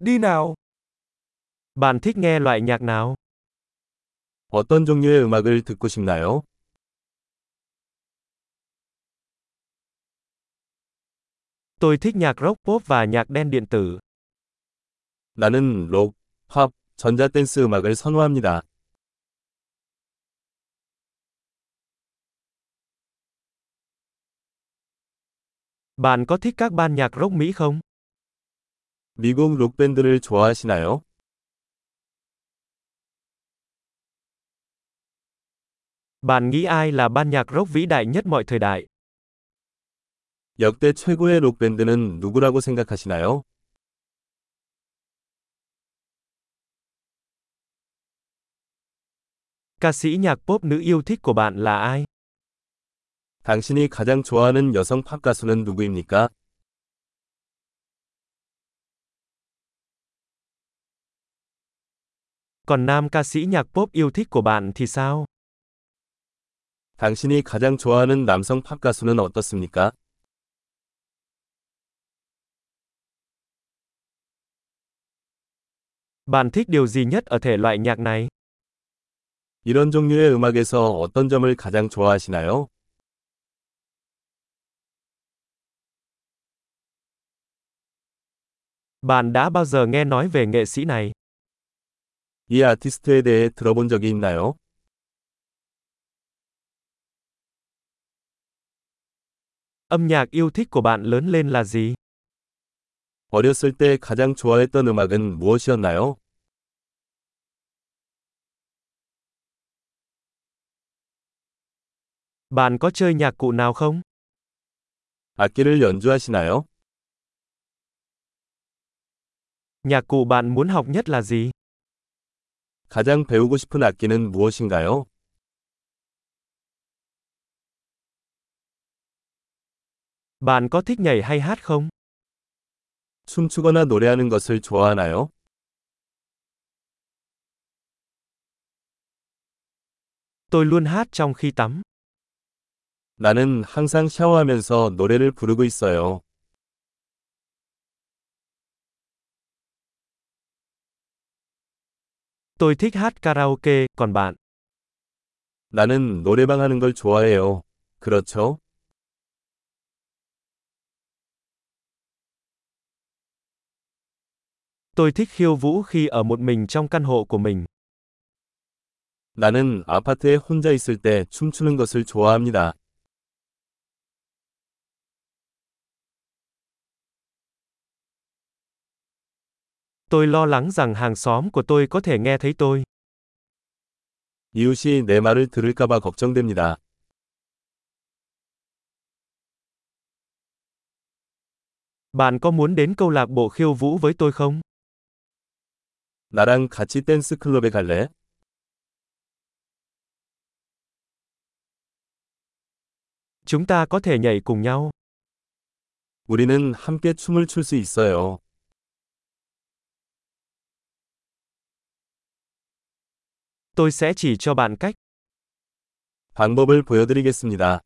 đi nào. Bạn thích nghe loại nhạc nào? 어떤 종류의 음악을 듣고 싶나요? Tôi thích nhạc rock pop và nhạc đen điện tử. 나는 록, 팝, 전자댄스 음악을 선호합니다. Bạn có thích các ban nhạc rock Mỹ không? 미국 록밴드를 좋아하시나요? Bạn nghĩ ai là ban nhạc rock vĩ đại nhất mọi thời đại? 역대 최고의 록밴드는 누구라고 생각하시나요? Ca sĩ nhạc pop nữ yêu thích của bạn là ai? 당신이 가장 좋아하는 여성 팝 가수는 누구입니까? Còn nam ca sĩ nhạc pop yêu thích của bạn thì sao? 당신이 가장 좋아하는 남성 팝 가수는 어떻습니까? Bạn thích điều gì nhất ở thể loại nhạc này? 이런 종류의 음악에서 어떤 점을 가장 좋아하시나요? Bạn đã bao giờ nghe nói về nghệ sĩ này? 이 아티스트에 대해 들어본 적이 있나요? Âm nhạc yêu thích của bạn lớn lên là gì? 어렸을 때 가장 좋아했던 음악은 무엇이었나요? Bạn có chơi nhạc cụ nào không? 악기를 연주하시나요? Nhạc cụ bạn muốn học nhất là gì? 가장 배우고 싶은 악기는 무엇인가요? Bạn có thích nhảy hay hát không? 춤추거나 노래하는 것을 좋아하나요? Tôi luôn hát trong khi tắm. 나는 항상 샤워하면서 노래를 부르고 있어요. Tôi thích hát karaoke, còn bạn? 나는 노래방 하는 걸 좋아해요. 그렇죠? Tôi thích khiêu vũ khi ở một mình trong căn hộ của mình. 나는 아파트에 혼자 있을 때 춤추는 것을 좋아합니다. Tôi lo lắng rằng hàng xóm của tôi có thể nghe thấy tôi. 이웃이 내 말을 들을까봐 걱정됩니다. Bạn có muốn đến câu lạc bộ khiêu vũ với tôi không? 나랑 같이 댄스 클럽에 갈래? Chúng ta có thể nhảy cùng nhau. 우리는 함께 춤을 출 수 있어요. Tôi sẽ chỉ cho bạn cách. 방법을 보여드리겠습니다.